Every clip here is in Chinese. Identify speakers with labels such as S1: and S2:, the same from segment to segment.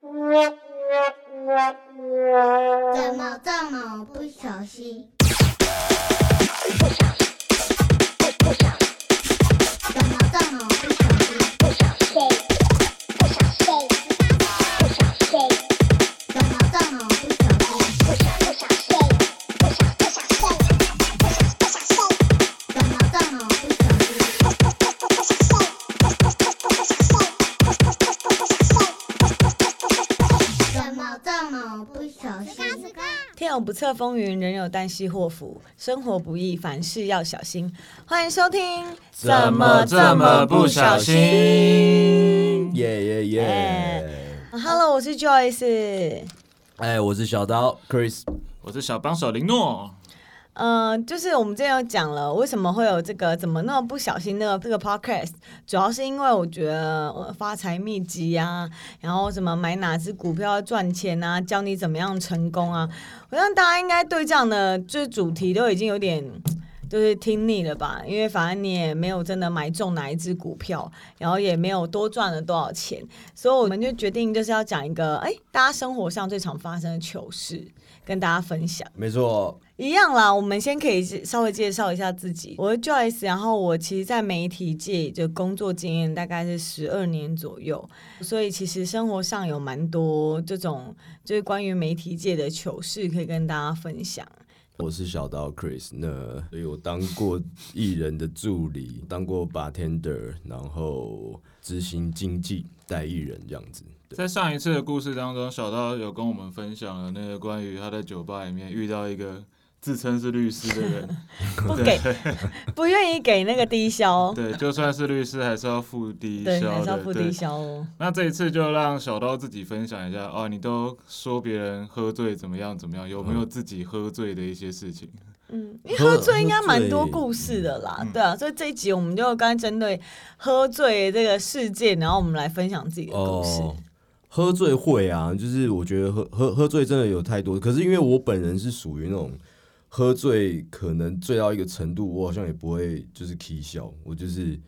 S1: 怎
S2: 怎么这么不小心？怎么这么不小心？怎么这么不小心？怎么这么不小心？怎么这么不小心？
S3: 天有不测风云，人有旦夕祸福，生活不易，凡事要小心。欢迎收听《
S4: 怎么这么不小心？
S5: 耶耶耶！
S3: ？Hello，我是 Joyce。
S5: 哎，我是小刀 Chris，
S4: 我是小帮手林诺，
S3: 嗯、就是我们之前有讲了，为什么会有这个怎么那么不小心的这个 podcast，主要是因为我觉得呃发财秘籍啊，然后什么买哪只股票要赚钱啊，教你怎么样成功啊，我想大家应该对这样的就是主题都已经有点。就是听腻了吧，因为反正你也没有真的买中哪一只股票，然后也没有多赚了多少钱，所以我们就决定就是要讲一个哎，大家生活上最常发生的糗事，跟大家分享。
S5: 没错，
S3: 一样啦，我们先可以介稍微介绍一下自己。我是 Joyce，然后我其实，在媒体界就工作经验大概是十二年左右，所以其实生活上有蛮多这种就是关于媒体界的糗事可以跟大家分 享。
S5: 我是小刀 Chris。那所以我当过艺人的助理，当过 bartender，然后执行经纪带艺人这样子。对，
S4: 在上一次的故事当中，小刀有跟我们分享了那个关于他在酒吧里面遇到一个自称是律师的人，
S3: 不 给，不愿意给那个低消，
S4: 对，就算是律师还是要付低
S3: 对，
S4: 消
S3: 还是要
S4: 的，
S3: 付
S4: 对
S3: 低。消哦。
S4: 那这一次就让小刀自己分享一下哦，你都说别人喝醉怎么样怎么样，有没有自己喝醉的一些事情？
S3: 嗯，因为
S5: 喝
S3: 喝醉应该蛮多
S5: 喝醉嗯
S3: 故事的啦，对啊，所以这一集我们就刚才针对喝醉这个事件，然后我们来分享自己的故事。
S5: 哦，喝醉会啊，就是我觉得喝喝喝醉真的有太多，可是因为我本人是属于那种喝醉可能醉到一个程度，我好像也不会就是啼笑，我就是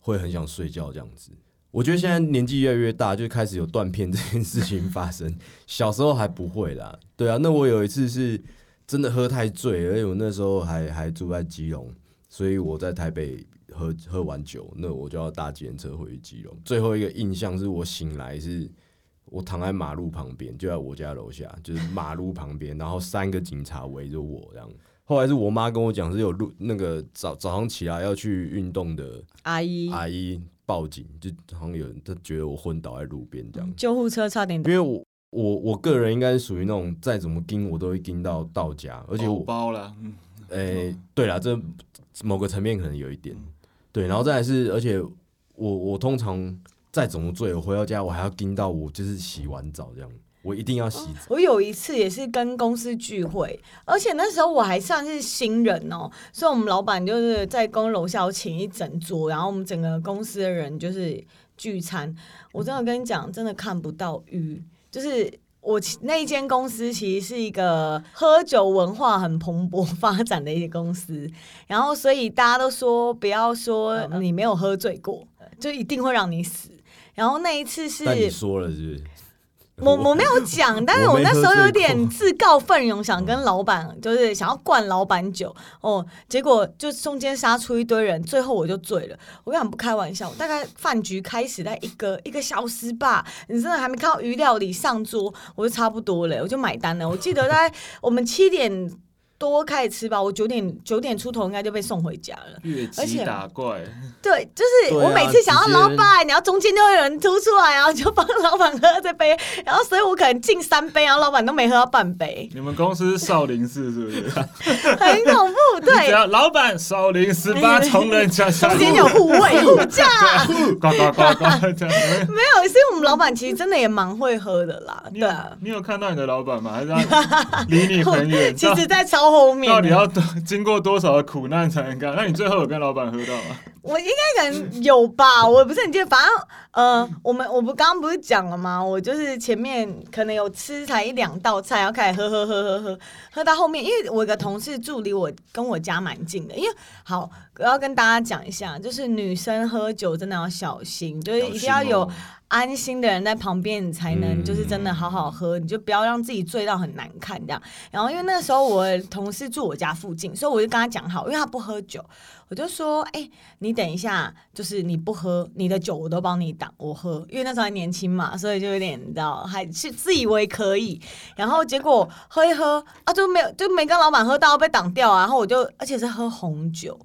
S5: 会很想睡觉这样子。我觉得现在年纪越来越大，就开始有断片这件事情发生。 小时候还不会啦，对啊。那我有一次是真的喝太醉，而且我那时候还还住在基隆，所以我在台北喝喝完酒，那我就要搭计程车回去基隆。最后一个印象是我醒来是，我躺在马路旁边，就在我家楼下，就是马路旁边，然后三个警察围着我这样。后来是我妈跟我讲，是有路那个早早上起来要去运动的
S3: 阿姨，
S5: 阿姨报警，就好像有人她觉得我昏倒在路边这样。
S3: 救护车差点
S5: 因为我我我个人应该是属于那种再怎么盯我都会盯到到家，而
S4: 而
S5: 且我
S4: 包了，嗯，
S5: 诶、
S3: 哦
S5: 对啦，这某个层面可能有一点，
S3: 嗯
S5: 对，然后再来是，而且我我通常再怎么醉，我回到家我还要盯到我就是洗完澡这样，我一定要洗澡，
S3: 我有一次也是跟公司聚会，而且那时候我还算是新人哦，所以我们老板就是在公司楼下有请一整桌，然后我们整个公司的人就是聚餐。我真的跟你讲，真的看不到鱼，就是。我其那一间公司其实是一个喝酒文化很蓬勃发展的一个公司，然后所以大家都说不要说
S5: 嗯
S3: 呃你没有喝醉过，就一定会让你死。然后那一次是
S5: 但你说了是不是？
S3: 我我没有讲，但是
S5: 我
S3: 我
S5: 没
S3: 那时候
S5: 喝醉
S3: 有点
S5: 过
S3: 自告奋勇，想跟老板就是想要灌老板酒哦，结果就中间杀出一堆人，最后我就醉了。我跟你讲不开玩笑，我大概饭局开始在一个一个小时吧，你真的还没看到鱼料理上桌，我就差不多了，我就买单了。我记得大概我们七点多开始吃吧，我九点九点出头应该就被送回家了。
S4: 越
S3: 而
S4: 级
S3: 且
S4: 打怪，
S3: 对，就是
S5: 对啊
S3: 我每次想要
S5: 直接
S3: 老板，然后中间就会有人突出来，然后就帮老板喝这杯，然后所以我可能敬三杯，然后老板都没喝到半 杯，
S4: 你们公司是少林寺是不是？
S3: 很恐怖。
S4: 只
S3: 对，哎
S4: 要老板少林十八铜人脚下
S3: 中间有互 卫互驾，
S4: 呱呱呱呱这样。
S3: 没有，是因为我们老板其实真的也蛮会喝的啦，
S4: 你
S3: 对
S4: 有
S3: 啊，
S4: 你有看到你的老板吗？还是他离你很 远？
S3: 其实，在超后面
S4: 到
S3: 的，
S4: 底要多经过多少的苦难才能干？那你最后有跟老板喝到吗？
S3: 我应该可能有 吧，我不是很记得，反正呃，我们我不刚刚不是讲了吗？我就是前面可能有吃才一两道菜，然后开始喝喝喝喝喝，喝到后面，因为我有个同事住离我跟我家蛮近的，因为好我要跟大家讲一下，就是女生喝酒真的要小心，哦就是一定要有安心的人在旁边，你才能
S5: 嗯
S3: 就是真的好好喝，你就不要让自己醉到很难看这样。然后因为那时候我的同事住我家附近，所以我就跟他讲哦好，因为他不喝酒，我就说，哎、你等一下，就是你不喝你的酒，我都帮你挡，我喝，因为那时候还年轻嘛，所以就有点你知道，还是自以为可以。然后结果喝一喝啊，就没有就没跟老板喝到被挡掉啊，然后我就而且是喝红酒，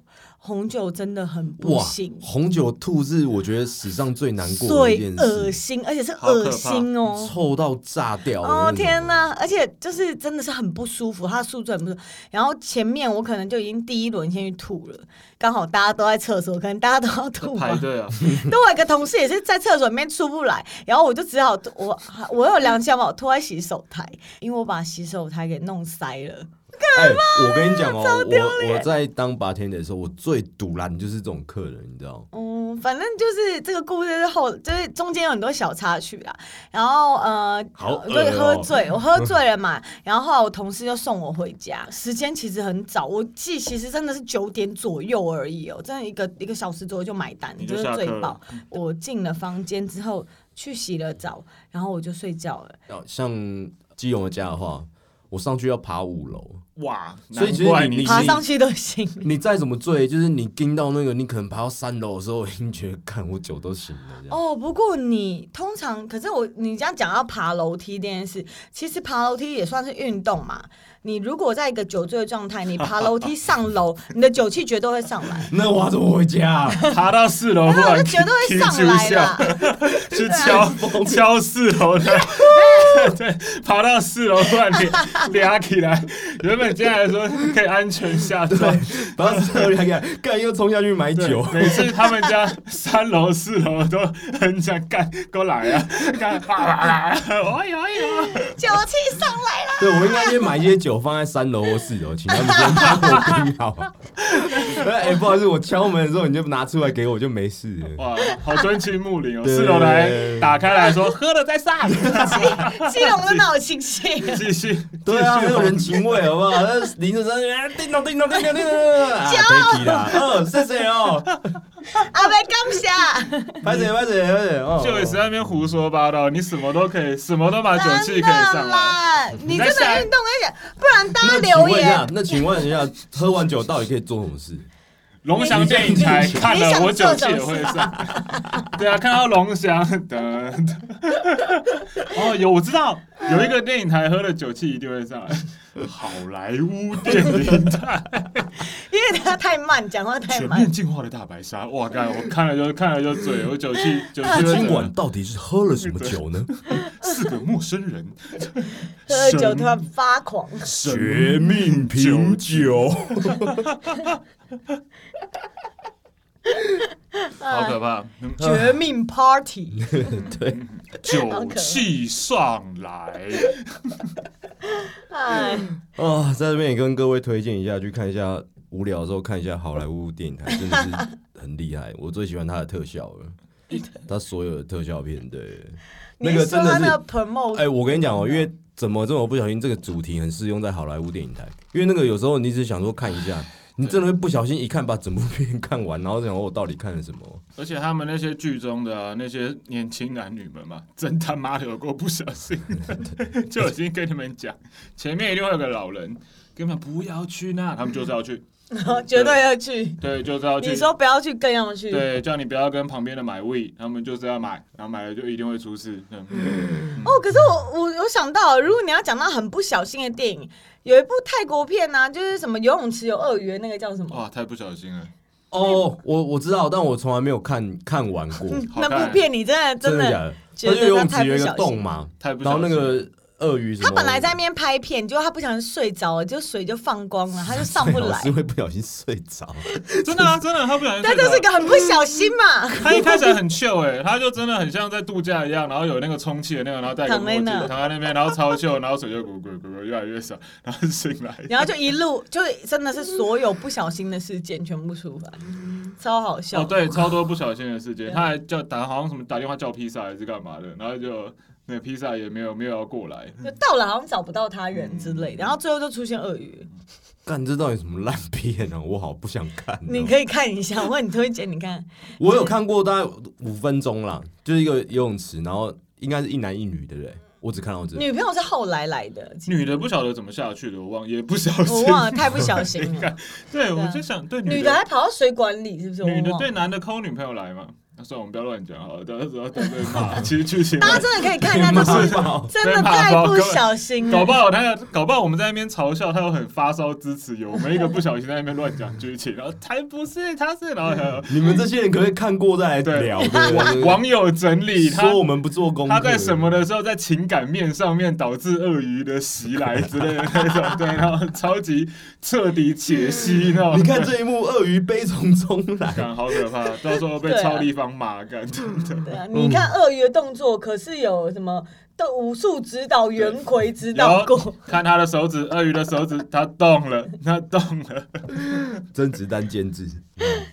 S3: 红酒真的很不
S5: 哇
S3: 行，，
S5: 红酒吐是我觉得史上最难过的一
S3: 最
S5: 件
S3: 恶
S5: 事，
S3: 心，而且是
S4: 好可
S3: 恶心哦。
S5: 臭到炸掉的那种。
S3: 哦天
S5: 哎
S3: 哪！而且就是真的是很不舒服，他的宿醉很不舒服。然后前面我可能就已经第一轮先去吐了，刚好大家都在厕所，可能大家都要吐吧
S4: 排。 队啊，
S3: 对我有一个同事也是在厕所里面出不来，然后我就只好我我有良心嘛，我拖在洗手台，因为我把洗手台给弄塞了。
S5: 哎，我跟你讲哦，我我在当白天的时候，我最堵拦就是这种客人，你知道？
S3: 嗯，反正就是这个故事是后，就是中间有很多小插曲啦。然后呃，
S5: 好
S3: 就
S5: 饿
S3: 是喝
S5: 哦
S3: 醉，我喝醉了 嘛。然后后来我同事就送我回家，时间其实很早，我记其实真的是九点左右而已哦，真的一个一个小时左右就买单，
S4: 你
S3: 就
S4: 就是下
S3: 最
S4: 课
S3: 爆
S4: 了。嗯
S3: 我进了房间之后去洗了澡，然后我就睡觉了。
S5: 要哦像基隆的家的话，我上去要爬五楼，
S4: 哇，
S5: 所以
S4: 难
S5: 其实
S4: 怪
S5: 你
S4: 你
S5: 你
S3: 爬上去都行。
S5: 你再怎么醉，就是你盯到那个，你可能爬到三楼的时候，我已经觉得看我酒都醒了这样。
S3: 哦，不过你通常，可是我你这样讲到爬楼梯这件事，其实爬楼梯也算是运动嘛。你如果在一个酒醉的状态，你爬楼梯上楼，你的酒气绝对会上 来，
S5: 那我要怎么回家、
S4: 爬到四楼，忽
S3: 哎那我就
S4: 然
S3: 绝对会
S4: 停
S3: 上
S4: 住
S3: 来啊
S4: 下，
S3: 啦。
S4: 去敲敲四楼的，对，爬到四楼突然连俩起来，原本接下来说可以安全下站，
S5: 不要这样干，干又冲下去买
S4: 对
S5: 酒。
S4: 每次他们家三楼、四楼都很想干，给我来啊，干，啪啦啦，哎呦哎呦，
S3: 酒气上 来啦！
S5: 对，我应该先买一些酒放在三楼或四楼，请他们先帮我盯 好。哎、不好意思，我敲门的时候你就拿出来给我，就没事了。
S4: 哇，好敦亲睦邻哦，
S5: 对
S4: 四楼的还打开来说喝了再上，
S3: 基隆真的好清晰。
S4: 继续，
S5: 对啊，很
S4: 继续
S5: 有人情味，好不好？ 那林子生，哎叮咚叮咚叮咚 叮咚叮咚，啊，对啦，嗯，谢谢哦，
S3: 阿贝刚下，
S5: 拍手拍手拍手，哦，
S4: 就也是在那边胡说八道，你什么都可以，什么都把酒气
S3: 真
S4: 可以上
S3: 的
S4: 来。
S3: 啦！你真
S4: 你在
S3: 的
S4: 下
S3: 运动，而且不然大家
S5: 那
S3: 留
S5: 请问一下
S3: 言，，
S5: 那请问一下，喝完酒到底可以做什 么事？
S4: 龙翔电影台看
S3: 你
S4: 了
S3: 想
S4: 我酒
S3: 做
S4: 气
S3: 什么
S4: 也会上，对啊，看到龙翔的，哦，有我知道有一个电影台喝了酒气一定会上来，好莱坞电影台
S3: 因为他太慢，讲话太
S4: 全
S3: 慢
S4: 面。进化的大白鲨，哇干，我看了就看了就嘴，我酒气酒气
S5: 他
S4: 会上来
S5: 今晚到底是喝了什么酒 呢？
S4: 四个陌生人，
S3: 喝了酒突然发狂，
S5: 绝命品酒，
S4: 好可怕，
S3: 绝命 party。
S5: 对，
S4: 酒气上来，
S3: 哎，
S5: 啊，在这边也跟各位推荐一下，去看一下无聊的时候看一下好莱坞电影台，真的是很厉害。我最喜欢它的特效了， 它所有的特效片，对，那
S3: 你
S5: 个
S3: 说
S5: 真的
S3: 他
S5: 是
S3: 那，个 promote
S5: 哎、我跟你讲哦、因为怎么这么不小心，这个主题很适用在好莱坞电影台，因为那个有时候你只想说看一下，你真的会不小心一看把整部片看完，然后想哦我到底看了什么？
S4: 而且他们那些剧中的、啊、那些年轻男女们嘛，真他妈的有过不小心， 就已经跟你们讲，前面一定会有个老人跟他们不要去那，他们就是要去，
S3: 绝对要去。
S4: 对，就是要去。
S3: 你说不要去，更要去。
S4: 对，叫你不要跟旁边的买位，他们就是要买，然后买了就一定会出事。嗯，
S3: 哦，可是我我有想到，如果你要讲到很不小心的电影，有一部泰国片呢、啊，就是什么游泳池有鳄鱼，那个叫什么？
S4: 哇，太不小心了，
S5: 哦，我我知道，但我从来没有看看完过，
S4: 好
S3: 那
S4: 看
S3: 部片你真的
S5: 真
S3: 嗯真
S5: 的假
S3: 的，
S5: 的？
S3: 觉
S5: 它
S3: 得
S5: 就游泳
S3: 它太
S5: 池
S3: 不
S5: 有一个
S3: 小心
S5: 洞嘛，
S4: 太不
S5: 然
S4: 小
S5: 后
S4: 心
S5: 那
S4: 了。
S5: 个鳄鱼什么，
S3: 他本来在那边拍片，结果他不小心睡着了，就水就放光 了，他就上不
S5: 最好
S3: 来
S5: 是。 会不小心睡着。
S4: 真的啊，真的，他不小心
S3: 但
S4: 睡
S3: 这
S4: 着
S3: 是
S4: 了。
S3: 个很不小心嘛，
S4: 他一开始还很 chill 哎、他就真的很像在度假一样，然后有那个充气的那个，然后戴个
S3: 躺在
S4: 墨镜，
S3: 那
S4: 躺在那边，然后超 chill，然后水就滚滚滚滚越来越少，然后醒来。
S3: 然后就一路就是真的是所有不小心的事件全部出来。超好笑。
S4: 哦，对，超多不小心的事情，
S3: 对
S4: 他还叫打，好像什么打电话叫披萨还是干嘛的，然后就那个披萨也没有没有要过来，
S3: 就到了好像找不到他人之类的，然后最后就出现鳄鱼。
S5: 干这到底什么烂片啊？我好不想看、哦。
S3: 你可以看一下，我很推荐你看。
S5: 我有看过大概五分钟啦，就是一个游泳池，然后应该是一男一女的嘞，我只看到这。
S3: 女朋友是后来来的，其实
S4: 女的不晓得怎么下去的，我忘也不小
S3: 我
S4: 心，
S3: 忘了，太不小 心了。对
S4: 对，
S3: 啊
S4: 我就想对
S3: 女的
S4: 的啊
S3: 还跑到水管里，是不是？
S4: 女
S3: 我
S4: 的
S3: 忘
S4: 对
S3: 了。
S4: 男的抠女朋友来嘛，那算了，我们不要乱讲好了，到时候都被 骂。其实剧情啊
S3: 大家真的可以看一下，这 是真的太不小心
S4: 搞不
S3: 了。
S4: 好他，搞不好我们在那边嘲笑他，又很发烧支持有我们一个不小心在那边乱讲剧情，然后才不是，他是，然后还有
S5: 你们这些人可不可以看过再来 聊？对不对
S4: 网友整理他
S5: 说我们不做功课，
S4: 他在什么的时候，在情感面上面导致鳄鱼的袭来之类的那种，对，然后超级彻底解析 那 种。
S5: 你看这一幕，鳄鱼悲从中 来。
S4: 干好可怕，到时候被
S3: 对啊
S4: 超立方骂干，真的。
S3: 对啊，你看鳄鱼的动作，可是有什么的武术指导袁奎指导过，
S4: 看他的手指，鳄鱼的手指，他动了，他动了。
S5: 甄子丹监制，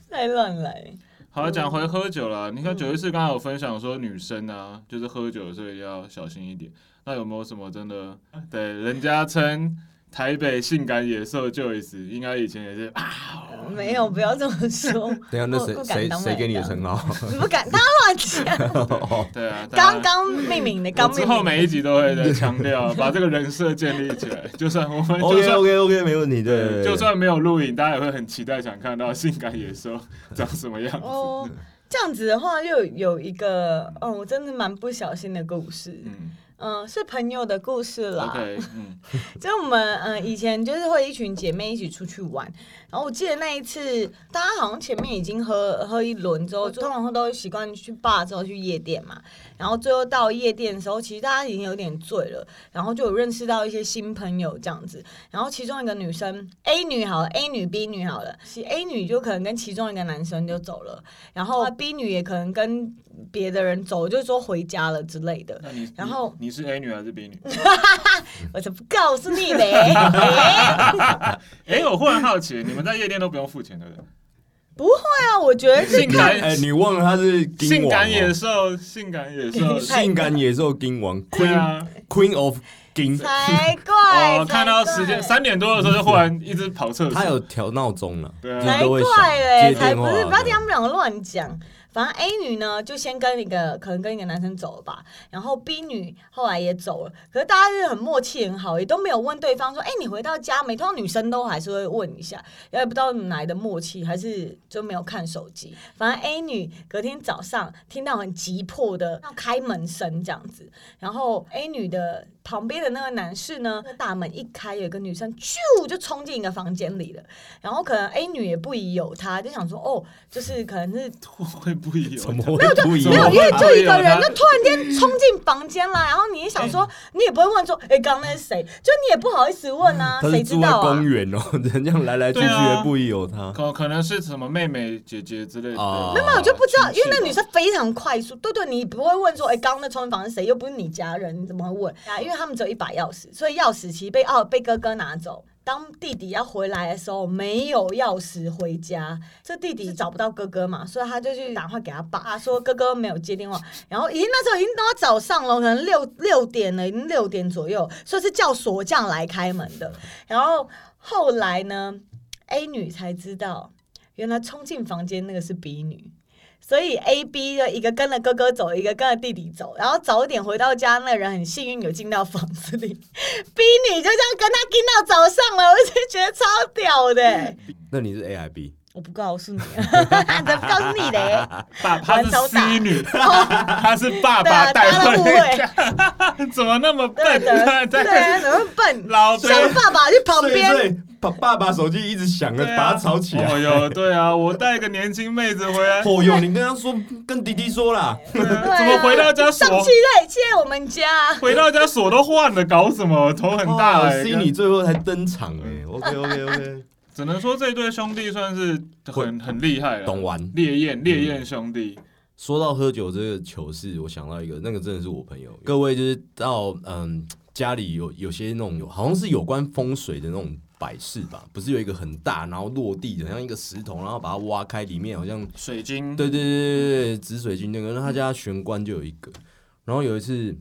S3: 太乱来。
S4: 好，讲回喝酒啦。你看九一四刚才有分享说，女生啊，就是喝酒的时候一定要小心一点。那有没有什么真的？对，人家称台北性感野兽 Joyce，应该以前也是啊，
S3: 没有，不要这么 说。
S5: 等一下那谁
S3: 不敢
S5: 谁
S3: 当
S5: 谁给你的
S3: 麦
S5: 称号？
S3: 你不敢，他乱讲。
S4: 对啊。大家
S3: 刚刚命名的，
S4: 我
S3: 刚
S4: 之
S3: 命
S4: 后
S3: 名的。
S4: 每一集都会再强调， 把这个人设建立起来。就算我们，就
S5: OK
S4: 算
S5: OK OK，没问题。对，哦对对
S4: 就算没有录影，大家也会很期待想看到性感野兽长什么样子。
S3: 哦，这样子的话，又有一个，哦，我真的蛮不小心的故事，
S4: 嗯
S3: 嗯，是朋友的故事啦。
S4: ，OK，嗯，
S3: 就我们嗯、呃以前就是会一群姐妹一起出去玩，然后我记得那一次，大家好像前面已经喝喝一轮之后，通常都会习惯去 bar 之后去夜店嘛，然后最后到夜店的时候，其实大家已经有点醉了，然后就有认识到一些新朋友这样子，然后其中一个女生 A 女好了，A 女 B 女好了，其 A 女就可能跟其中一个男生就走了，然后 B 女也可能跟别的人走，就是说回家了之类的，
S4: 那你
S3: 然后
S4: 你你是 A 女还是 B 女？
S3: 我才不告诉你嘞。 哎
S4: 哎，我忽然好奇，你们在夜店都不用付钱，对不对？
S3: 不会啊，我觉得是
S4: 性
S3: 看
S4: 感
S5: 哎，你忘了他是 金
S4: 性
S5: 王
S4: 感野
S5: 哦，
S4: 兽，性感野 兽，
S5: 性感野兽金王
S4: 对
S5: Queen
S4: 啊。
S5: Queen of 金，
S3: 才怪！
S4: 哦，
S3: 才
S4: 看到
S3: 怪
S4: 时间三点多的时候，就忽然一直跑厕所。
S5: 他有调闹钟了，
S4: 对啊
S5: 就是
S3: 才
S5: 都会响
S3: 怪嘞，
S5: 接
S3: 才
S5: 电
S3: 不
S5: 话啊
S3: 是！不要听他们两个乱讲。反正 A 女呢，就先跟一个可能跟一个男生走了吧，然后 B 女后来也走了，可是大家就是很默契很好，也都没有问对方说，哎、你回到家没？通常女生都还是会问一下，也不知道哪来的默契，还是就没有看手机。反正 A 女隔天早上听到很急迫的要开门声这样子，然后 A 女的旁边的那个男士呢，大门一开，有一个女生咻就冲进一个房间里了。然后可能 A 女也不疑有他，就想说哦，就是可能 是
S4: 会不一样，
S5: 怎么会不一
S4: 没
S3: 没有，
S5: 样
S4: 我？
S3: 啊因为就一个
S4: 我以为
S3: 人
S4: 他
S3: 就突然间冲进房间来，然后你也想说，你也不会问说，哎，刚刚那是谁？就你也不好意思问啊，
S5: 他
S3: 谁
S5: 是
S3: 知
S5: 住在
S3: 道啊
S5: 公？园哦， 人这样来来去去
S4: 对啊
S5: 也不宜有他。
S4: 可可能是什么妹妹、姐姐之类的。
S5: 哦
S4: 没
S5: 没
S3: 没有，我就不知道，因为那女生非常快速。对对，你不会问说，哎，刚刚那冲进房是谁？又不是你家人，你怎么会问啊？因为他们只有一把钥匙，所以钥匙其实被哦被哥哥拿走。当弟弟要回来的时候，没有钥匙回家，这弟弟是找不到哥哥嘛，所以他就去打电话给他爸，说哥哥没有接电话。然后已经那时候已经到早上了，可能六六点了，已经六点左右，所以是叫锁匠来开门的。然后后来呢，A 女才知道，原来冲进房间那个是 B 女。所以 A、B 的一个跟着哥哥走，一个跟着弟弟走，然后早一点回到家，那个人很幸运有进到房子里。B 女就这样跟他跟到早上了，我 就觉得超屌的、
S5: 那你是 A I B？
S3: 我不告诉你， 才不告诉你 嘞。
S4: 爸，她是
S3: 玩手打啊
S4: C 女，她是爸爸带
S3: 大家都误
S4: 坏，怎么那么
S3: 对
S4: 笨？
S3: 的，对啊，怎么会笨？
S4: 老啊贝
S3: 像爸爸去旁边，
S5: 对，把爸爸手机一直响了，
S4: 对啊
S5: 把他吵起
S4: 哦
S5: 来。
S4: 哟，对啊，我带一个年轻妹子回来，
S5: 哦哟，你跟他说，跟弟弟说啦，
S4: 对
S3: 对
S4: 啊
S3: 啊
S4: 怎么回到家
S3: 上
S4: 锁
S3: 期？在接我们家，
S4: 回到家锁都换了，搞什么？头很大
S5: 哇
S4: 哎。
S5: ，C 女最后才登场哎。OK OK OK，
S4: 只能说这对兄弟算是很很厉害了。
S5: 懂嗯完。
S4: 烈焰烈焰兄弟，
S5: 说到喝酒这个糗事，我想到一个，那个真的是我朋友。各位就是到嗯家里有有些那种有好像是有关风水的那种摆饰吧，不是有一个很大，然后落地的，很像一个石头，然后把它挖开，里面好像
S4: 水晶，
S5: 对对对对对，紫水晶那个，那他家玄关就有一个。然后有一次，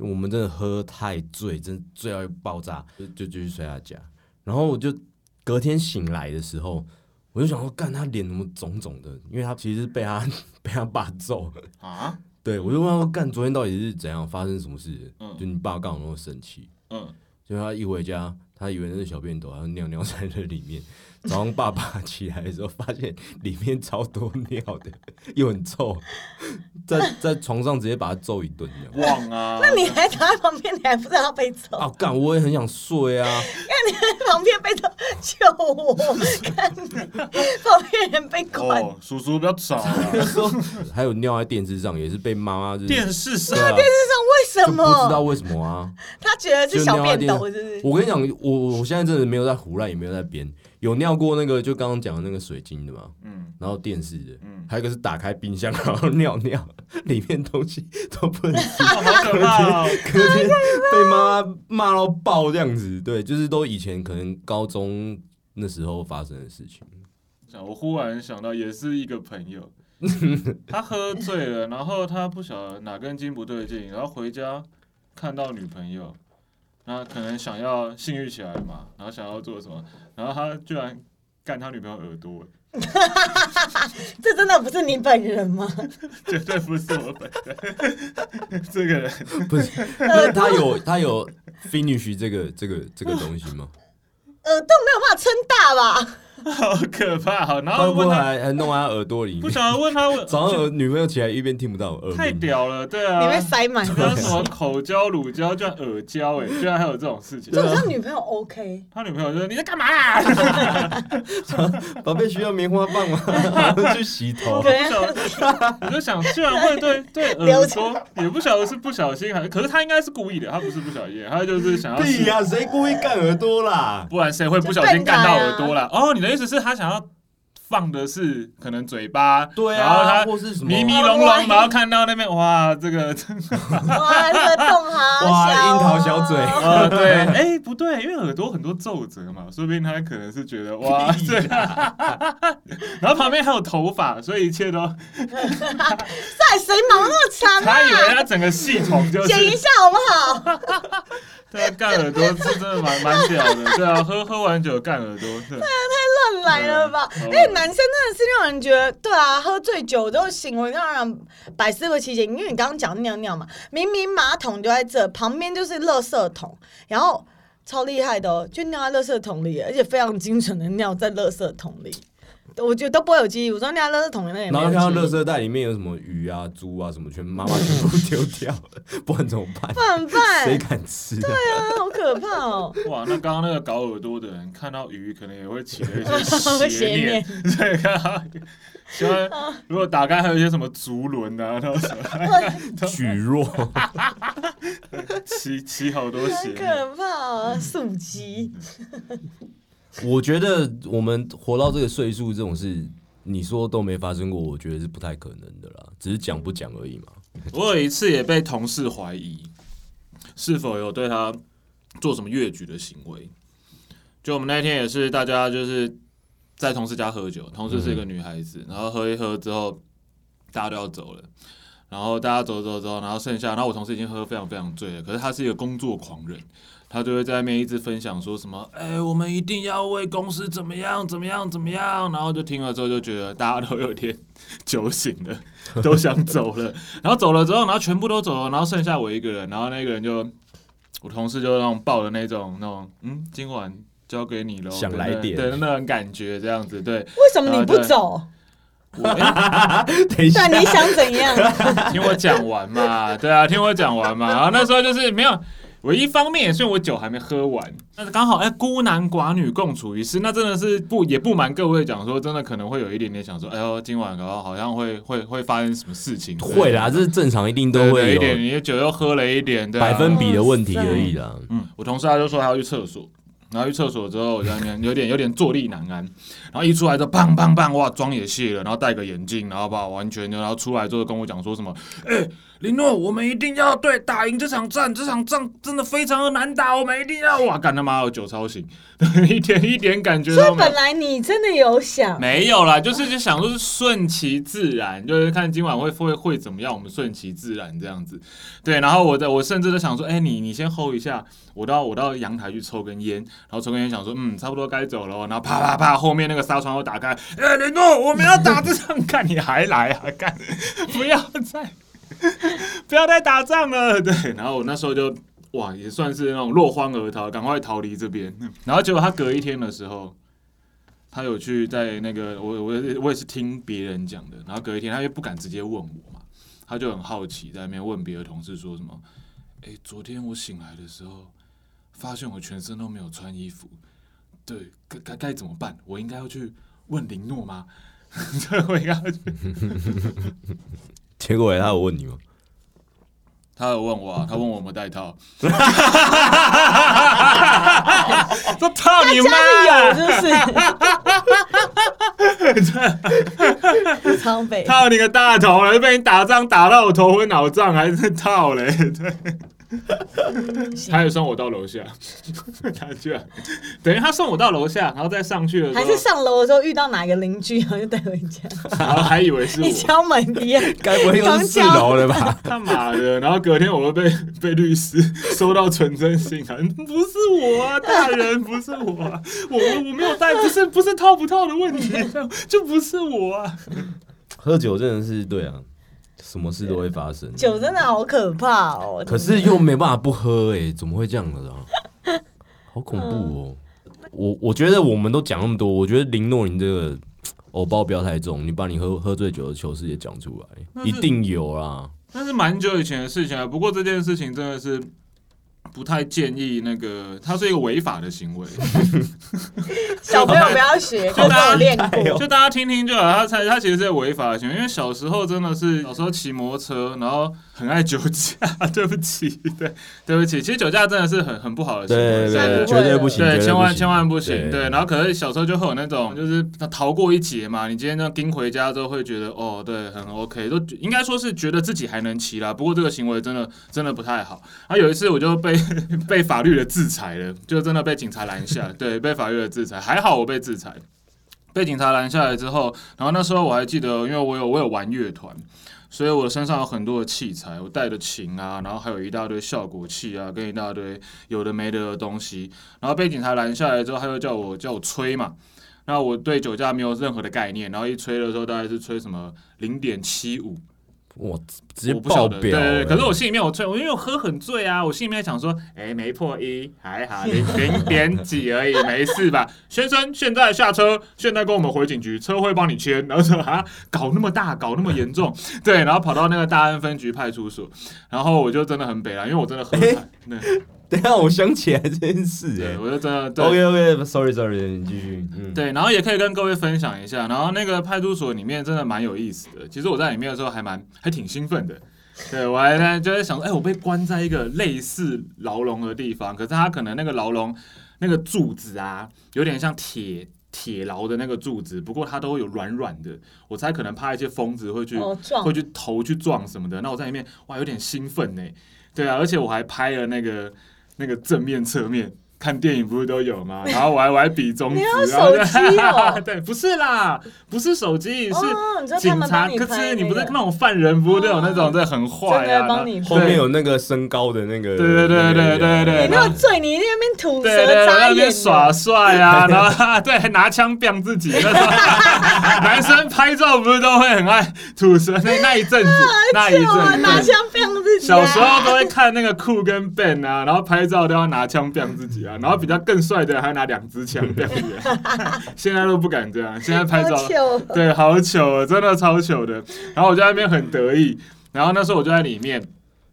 S5: 我们真的喝太醉，真的醉到一个爆炸，就就就去睡他家。然后我就隔天醒来的时候，我就想说，干他脸怎么肿肿的？因为他其实是被他 被他爸揍。
S4: 啊，
S5: 对，我就问他说，干昨天到底是怎样发生什么事？
S4: 嗯
S5: 就你爸干嘛那么生气？
S4: 嗯，
S5: 就他一回家，他以为那是小便斗，他尿尿在那里 面。早上爸爸起来的时候，发现里面超多尿的， 又很臭，在在床上直接把他揍一顿这样。
S4: 旺啊，
S3: 那你还躺在旁边，你还不知道他被揍？
S5: 啊，干！我也很想睡啊，
S3: 看你在旁边被揍，救 我！看你 旁边人被灌，
S4: 哦，叔叔不要吵
S5: 那
S4: 了，
S5: 时候还有尿在电视上，也是被妈妈就是
S4: 电视上
S5: 对啊
S3: 这
S5: 就
S3: 上为什
S5: 不知道
S3: 么？
S5: 为什么啊。
S3: 他觉得是
S5: 就
S3: 小
S5: 尿在
S3: 便
S5: 电
S3: 斗，是不是？
S5: 我跟你讲，我我现在真的没有在胡乱，也没有在编，有尿过那个就刚刚讲的那个水晶的嘛，
S4: 嗯，
S5: 然后电视的，
S4: 嗯
S5: 还有一个是打开冰箱然后尿尿， 里面东西都不能吃，
S4: 哦好可怕哦，
S3: 啊
S5: 隔天被妈妈骂到爆这样子，对，就是都以前可能高中那时候发生的 事情。
S4: 我忽然想到，也是一个朋友，他喝醉了，然后他不晓得哪根筋不对劲，然后回家看到女朋友，那可能想要性欲起来嘛，然后想要做什么，然后他居然干他女朋友耳朵，
S3: 这真的不是你本人吗？
S4: 绝对不是我本人。这个人
S5: 不是，那他有他有 finish 这个这个这个东西 吗？
S3: 耳洞没有办法撑大吧？
S4: 好可怕哦，然
S5: 他
S4: 后
S5: 会不
S4: 问
S5: 会
S4: 他，
S5: 还还弄在他耳朵里
S4: 不
S5: 面？
S4: 想要问他问，
S5: 早上有女朋友起来一边听不到耳
S4: 太
S5: 鸣，
S4: 屌了，对啊
S3: 里，面塞满
S4: 不要
S3: 东
S4: 什
S3: 西，
S4: 么口交、乳交，居然耳交，哎，居然还有这种事情
S3: 这。好像女朋友 OK。
S4: 他女朋友就说：“你在干嘛啊、
S5: 宝贝需要棉花棒 吗？然后去洗头
S3: 对。
S4: 我就想，居然会对对
S3: 留
S4: 耳朵，也不晓得是不小心还，可是他应该是故意的，他不是不小心，他就是想要试
S5: 屁呀、谁故意干耳朵啦？
S4: 不然谁会不小心干到耳朵啦？哦，你的意思是，他想要放的是可能嘴巴，
S5: 对
S4: 然后
S5: 啊，
S4: 他
S5: 或是什么？
S4: 迷迷
S3: 哦
S4: 胧
S3: 哇
S4: 胧，然后看到那边，哇，这个，
S3: 哇，这个洞好小、哦
S5: 哇樱桃小嘴
S4: 呃，对，哎，不对，因为耳朵很多皱褶嘛，说不定他可能是觉得哇，
S5: 屁
S4: 对， 然后旁边还有头发，所以一切都，
S3: 在谁毛那么长
S4: 他以为
S3: 啊？
S4: 他整个系统就是
S3: 剪一下好不好？
S4: 对啊，干耳朵是真的蛮蛮屌的，对啊，喝喝完酒干耳朵，对，
S3: 乱来了吧？
S4: 对啊
S3: 而
S5: 嗯
S3: 且男生真的是让人觉得，对啊，喝醉酒都行为让人百思不其解。因为你刚刚讲尿尿嘛，明明马桶就在这，旁边就是垃圾桶，然后超厉害的哦，就尿在垃圾桶里，而且非常精准的尿在垃圾桶里。 我觉得都不会有记忆，我说尿在垃圾桶里那也
S5: 然
S3: 没
S5: 后
S3: 有
S5: 看
S3: 记
S5: 到垃
S3: 忆。
S5: 圾袋里面有什么鱼啊、猪啊什么，全妈妈全部丢掉了， 不然怎么办？
S3: 饭
S5: 谁
S3: 饭，
S5: 敢吃、啊？
S3: 对啊，好可怕哦！
S4: 哇，那刚刚那个搞耳朵的人看到鱼，可能 也会起了一些
S3: 邪
S4: 邪念，对，看到鱼喜欢如果打开还有一些什么竹轮啊，然后什么
S3: 啊
S5: 举弱，
S4: 起起好多邪
S3: 很
S4: 念，
S3: 可怕、哦，素鸡。
S5: 我觉得我们活到这个岁数，这种事你说都没发生过，我觉得是不太可能的啦，只是讲不讲而已嘛。
S4: 我有一次也被同事怀疑是否有对他做什么越矩的行为。就我们那天也是大家就是在同事家喝酒，同事是一个女孩子，然后喝一喝之后，大家都要走了。然后大家走走走，然后剩下，然后我同事已经喝非常非常醉了，可是他是一个工作狂人，他就会在那边一直分享说什么，哎，我们一定要为公司怎么样怎么样怎么样，然后就听了之后就觉得大家都有点酒醒了， 都想走了，然后走了之后，然后全部都走了，然后剩下我一个人，然后那个人就我同事就那种抱的那种那种，嗯，今晚交给你喽，
S5: 想来点
S4: 对那种感觉这样子，对，
S3: 为什么你不 走？啊
S4: 我。哎
S5: 等一下
S3: 但，你想怎 样？
S4: 听我讲完嘛，对啊，听我讲完嘛。然后那时候就是没有，我一方面也是因为我酒还没喝完，但是刚好哎、孤男寡女共处一室，那真的是不也不瞒各位讲说，真的可能会有一点点想说，哎呦，今晚搞到好像会会会发生什么事情，
S5: 会啦，这是正常，一定都
S4: 对，对
S5: 会
S4: 一点，
S5: 有
S4: 你的酒又喝了一点，对、啊，
S5: 百分比的问题而已啦。
S4: 嗯，我同事他就说他要去厕所，然后去厕所之后，我在那边 有点有点坐立难安，然后一出来就砰砰砰，哇，妆也卸了，然后戴个眼镜，然后把完全就，然后出来之后跟我讲说什么，哎、林诺，我们一定要对打赢这场战，这场仗真的非常的难打，我们一定要哇！干他妈的酒超醒， 一点一点感觉
S3: 所
S4: 都
S3: 以
S4: 没有
S3: 本。来你真的有想，
S4: 没有啦，就是就想说是顺其自然，就是看今晚会会会怎么样，我们顺其自然这样子。对，然后我的我甚至都想说，哎、你你先 hold 一下，我到我到阳台去抽根烟，然后抽根烟想说，嗯，差不多该走了哦，然后啪啪啪，后面那个纱窗又打开，哎、雷诺，我们要打这场，干你还来啊，干，不要再 不要再打仗了，对，然后我那时候就。哇，也算是那种落荒而逃，赶快逃离这边。然后结果他隔一天的时候，他有去在那个我我我也是听别人讲的，然后隔一天他又不敢直接问我嘛，他就很好奇在那边问别的同事说什么，诶，昨天我醒来的时候，发现我全身都没有穿衣服，对，该该该怎么办？我应该要去问林诺吗？ 对，我应该要去
S5: 结果他有问你吗？
S4: 他有问我、啊，他问我有没有带套， 说操你妈！啊
S3: 有就是。 超北，
S4: 套你个大头了，被你打仗打到我头昏脑胀，还是套嘞？对，他也送我到楼下， 他居然等于他送我到楼下，然后再上去的时
S3: 还
S4: 候，
S3: 是上楼的时候遇到哪个邻居，然后就带回家，
S4: 然后还以为是
S3: 一
S4: 我，
S3: 敲门一样，
S5: 该不会又是四
S3: 刚交
S5: 楼了吧？
S4: 他妈的！然后隔天我又被被律师 收到纯真信函，不是我啊，大人不是我、啊，我我没有带，不是不是套不套的问题， 就不是我啊。
S5: 喝酒真的是对啊，什么事都会发生。
S3: 酒真的好可怕哦。
S5: 可是又没办法不喝哎、怎么会这样的啊？好恐怖哦！我我觉得我们都讲那么多，我觉得林诺你这个偶包不要太重，你把你喝喝醉酒的糗事也讲出来，
S4: 是
S5: 一定有啊啦。
S4: 那是蛮久以前的事情了，不过这件事情真的是不太建议那个，它是一个违法的行 为，
S3: 小朋友不要学，
S4: 就
S3: 都
S4: 大
S3: 有
S4: 家
S3: 练过。
S4: 就大家听听就好。它才它其实是违法的行为，因为小时候真的是小时候骑摩托车，然后很爱酒驾， 对不起，对对不起，其实酒驾真的是很很不好的行
S5: 对
S4: 为，所以
S5: 对，
S3: 对
S5: 绝对不行，
S4: 对，
S5: 绝
S4: 千万
S5: 行
S4: 千万不行。
S5: 对
S4: 对，然后可是小时候就会有那种，就是逃过一劫嘛。你今天这样盯回家之后，会觉得哦，对，很 OK，都应该说是觉得自己还能骑啦。不过这个行为真的真的不太好。然后有一次我就被 被法律的制裁了，就真的被警察拦 下，对，被法律的制裁。还好我被制裁，被警察拦下来之后，然后那时候我还记得，因为我有我有玩乐团。所以我身上有很多的器材，我带的琴啊，然后还有一大堆效果器啊，跟一大堆有的没的的东西。然后被警察拦下来之后，他就叫我叫我吹嘛。那我对酒驾没有任何的概念，然后一吹的时候大概是吹什么零点七五，
S5: 哇，直接
S4: 我不晓
S5: 爆
S4: 得。
S5: 表
S4: 对对对，
S5: 欸。
S4: 可是我心里面我吹，我因为我喝很醉啊，我心里面想说，哎，没破一，还好零零点几而已，没事吧？先生，现在下车，现在跟我们回警局，车会帮你签。然后说啊，搞那么大，搞那么严重， 对，然后跑到那个大安分局派出所，然后我就真的很北了，因为我真的喝
S5: 哎
S4: 惨，对，
S5: 等一下我想起来这件事
S4: 对
S5: 哎。
S4: 我就真的对。
S5: OK OK，Sorry Sorry，你继续。嗯，
S4: 对，然后也可以跟各位分享一下，然后那个派出所里面真的蛮有意思的。其实我在里面的时候还蛮还挺兴奋的，对我还在就在想说，哎、我被关在一个类似牢笼的地方，可是它可能那个牢笼那个柱子啊，有点像铁铁牢的那个柱子，不过它都有软软的，我猜可能怕一些疯子会去、
S3: 哦，撞
S4: 会去头去撞什么的。那我在里面哇，有点兴奋呢。对啊，而且我还拍了那个那个正面、侧面，看电影不是都有吗？然后我还我还比中指，
S3: 你还有
S4: 然后
S3: 手
S4: 就
S3: 机哦
S4: 对，不是啦，不是手机，是
S3: 哦，你知道他
S4: 警
S3: 们
S4: 察。
S3: 帮你
S4: 可
S3: 拍
S4: 是你不是
S3: 那
S4: 那种犯人，不是都有那种对很
S3: 个
S4: 坏
S3: 真的
S4: 啊
S3: 会？帮你
S5: 后面
S3: 拍。
S5: 有那个身高的那个。哎
S4: 对对对对对对
S3: 你那么醉，你那边吐
S4: 对对，
S3: 舌
S4: 对
S3: 扎
S4: 那
S3: 眼
S4: 边
S3: 的，
S4: 耍帅啊，然后对还拿枪毙自己。那时候 男生拍照不是都会很爱吐舌那那一阵子，那一阵
S3: 就啊
S4: 子
S3: 拿枪彪自己啊。
S4: 小时候都会看那个酷跟 Ben 啊，然后拍照都要拿枪飙自己啊，然后比较更帅的人还拿两支枪飙别人，现在都不敢这样，现在拍照
S3: 好糗 哦
S4: 对好糗哦，真的超糗的。然后我就在那边很得意，然后那时候我就在里面。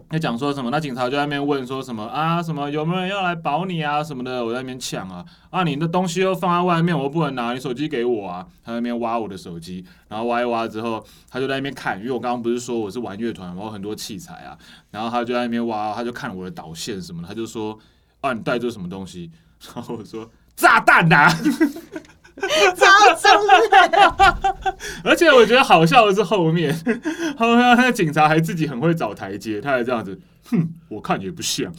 S4: 在讲说什么？那警察就在那边问说什么啊？什么有没有人要来保你啊？什么的？我在那边抢啊啊！你的东西又放在外面，我又不能拿，你手机给我啊！他在那边挖我的手机，然后挖一挖之后，他就在那边看，因为我刚刚不是说我是玩乐团，我有很多器材啊，然后他就在那边挖，他就看我的导线什么 的，他就说：“啊，你带这是什么东西？”然后我说：“炸弹呐、
S3: 超 中二。
S4: 而且我觉得好笑的是后面，后面那警察还自己很会找台阶，他还这样子，哼，我看也不像。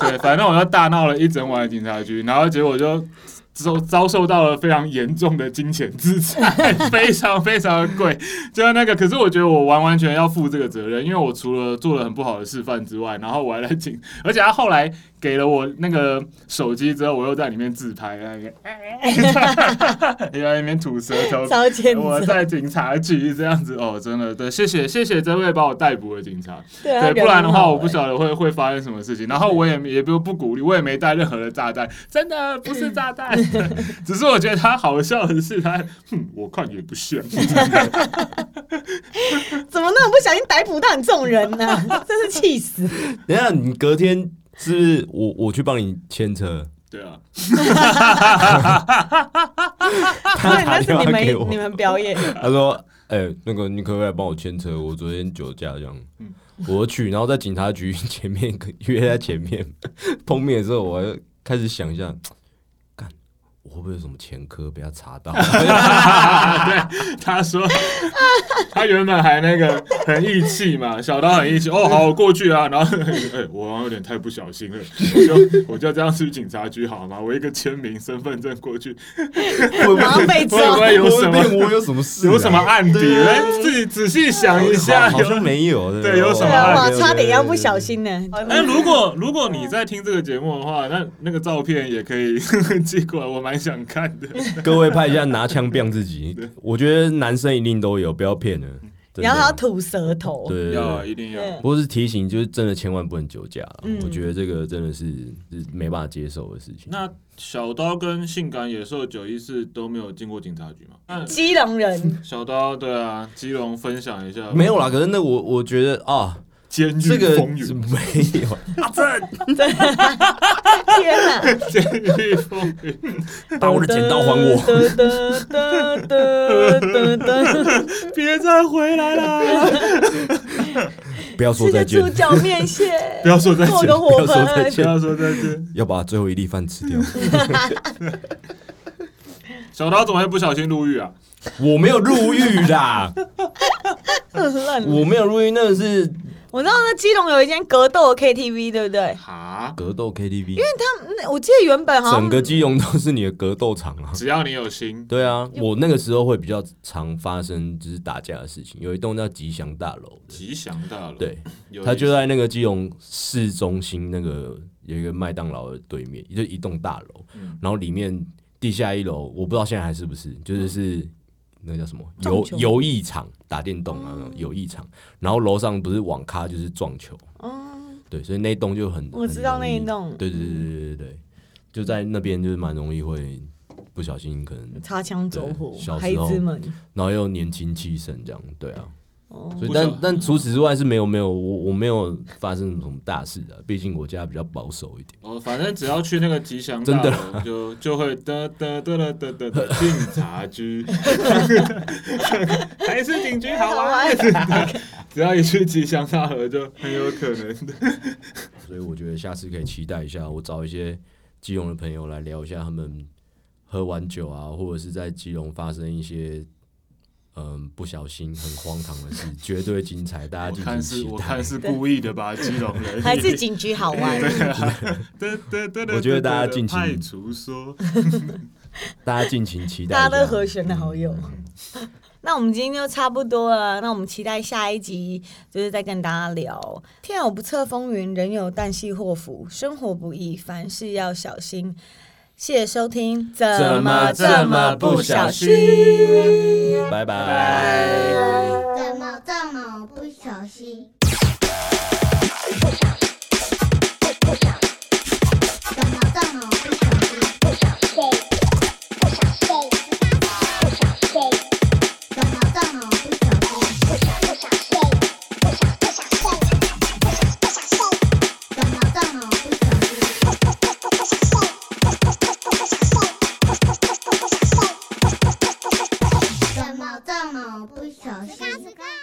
S4: 对，反正我就大闹了一整晚的警察局，然后结果就遭遭受到了非常严重的金钱制裁，非常非常的贵。就是那个，可是我觉得我完完全要负这个责任，因为我除了做了很不好的示范之外，然后我还来警，而且他后来给了我那个手机之后，我又在里面自拍，那个又 在里面吐舌头，
S3: 超欠
S4: 我
S3: 责，
S4: 在警察局这样子哦，真的对，谢谢谢谢这位把我逮捕的警察，
S3: 对啊，
S4: 对，
S3: 人
S4: 不然的
S3: 很
S4: 话
S3: 好
S4: 我不
S3: 欸
S4: 晓得会会发生什么事情。然后我也也不不鼓励，我也没带任何的炸弹，真的不是 炸弹，只是我觉得他好笑的是他，哼，我看也不像，
S3: 怎么那么不小心逮捕到你这种人呢、真是气死！
S5: 等一下你隔天是不是我我去帮你牵车？
S4: 对啊，
S5: 他
S3: 对，
S5: 打
S3: 那是
S5: 电话
S3: 你
S5: 给
S3: 们
S5: 我
S3: 你，们表 演，
S5: 他说：“哎、那个你可不可以帮我牵车？我昨天酒驾这样。”
S4: 嗯
S5: 我去，然后在警察局 前面约在前面碰面的时候，我还开始想一下，干我会不会有什么前科被他查到？
S4: 对，他说 他原本还那个很义气嘛，小刀很义气，哦，好，我过去啊，然后 哎，我好像有点太不小心了，我就 我就这样去警察局好吗？我一个签名身份证过去，
S5: 会不
S3: 马上
S5: 会
S3: 被
S4: 会不
S3: 抓。
S4: 会有什
S5: 会不
S4: 么
S5: 会我有什么事啊、
S4: 有什么案底？
S5: 对啊
S4: 来自己仔细想一
S5: 好
S4: 下，
S5: 好像 没有。
S4: 对有什
S3: 对
S4: 么
S3: 啊，
S4: 案
S3: 哇，
S4: 底
S3: 差点要不小。心呢。
S4: 哎，如果如果你在听这个节目的话，那那个照片也可以 寄过来，我蛮想看的。
S5: 各位拍一下拿枪 毙自己，我觉得男生一定都有，不要骗人。真的
S3: 嗯然后还要吐舌头，
S5: 对对对
S4: 要啊，一定要。
S3: 对
S5: 不过是提醒，就是真的千万不能酒驾啦、
S3: 嗯
S5: 我觉得这个真的是是没办法接受的事情。
S4: 那小刀跟性感野兽九一四都没有进过警察局吗？那
S3: 基隆 人，
S4: 小刀对啊，基隆分享一下
S5: 没有啦，可是那我我觉得啊，
S4: 监狱
S5: 这个
S4: 风
S5: 是
S4: 云，
S5: 没有，啊
S3: 天哪！
S4: 监狱风云。
S5: 把我的剪刀还我。
S3: 哒哒哒哒哒
S4: 别再回来啦！
S5: 不要说
S3: 吃
S5: 再
S3: 个
S5: 见
S3: 猪，脚面线
S4: 不，要说再
S3: 做个
S4: 见，
S3: 火
S5: 不要说再
S3: 盆
S5: 见。
S4: 不要说再见。
S5: 要把最后一粒饭吃掉。
S4: 小刀怎么会不小心入狱啊？
S5: 我没有入狱啦，
S3: 嗯很烂。
S5: 我没有入狱，那个是
S3: 我知道那基隆有一间格斗的 KTV，对不对？
S4: 哈，
S5: 格斗 KTV，
S3: 那我记得原本好
S5: 整
S3: 像
S5: 个基隆都是你的格斗场啊。
S4: 只要你有心，
S5: 对啊，我那个时候会比较常发生就是打架的事情，有一栋叫吉祥大楼的，
S4: 吉祥大楼。
S5: 对，
S4: 有意思，
S5: 它就在那个基隆市中心那个有一个麦当劳的对面，就一栋大楼，
S4: 嗯
S5: 然后里面地下一楼，我不知道现在还是不是，就是是那个叫什么
S3: 撞
S5: 游
S3: 球
S5: 游艺场打电动啊，那种游艺场，然后楼上不是网咖就是撞球，
S3: 嗯，
S5: 对，所以那一栋就很
S3: 我知道
S5: 很容易
S3: 那一栋
S5: 对对对对对对对，就在那边就是蛮容易会不小心可能，
S3: 擦枪走火
S5: 对小，时
S3: 黑
S5: 候
S3: 之门，
S5: 然后又年轻气盛这样，对啊，
S3: 哦
S5: 所以
S4: 不嗯
S5: 但
S4: 小
S5: 但除此之外是没有没有我我没有发生什么大事的、毕竟我家比较保守一点。
S4: 哦，反正只要去那个吉祥
S5: 真
S4: 大
S5: 的
S4: 楼，就就会得得得得得 得得警察局， 还是警局好玩。 只要一去吉祥大楼，就很有可能的。
S5: 所以我觉得下次可以期待一下，我找一些基隆的朋友来聊一下他们喝完酒啊，或者是在基隆发生一些嗯不小心很荒唐的事，绝对精彩，大家
S4: 我
S5: 敬
S4: 看
S5: 请
S4: 是，
S5: 期
S4: 我
S5: 待
S4: 看。是故意的吧，基隆人
S3: 还是警局好玩。
S4: 得得得得，
S5: 我觉得大家敬请
S4: 派出所，
S5: 大家敬请期待一
S3: 大
S5: 下。
S3: 家都和弦的好友。 那我们今天就差不多了，那我们期待下一集，就是再跟大家聊。天有不测风云，人有旦夕祸福，生活不易，凡事要小心。谢谢收听，怎
S5: 么这么不小
S3: 心？
S5: 拜拜。
S2: 怎么这么不小心？怎么这么不小心？怎么这么不小心？怎么这么不小心？怎么这么不小心？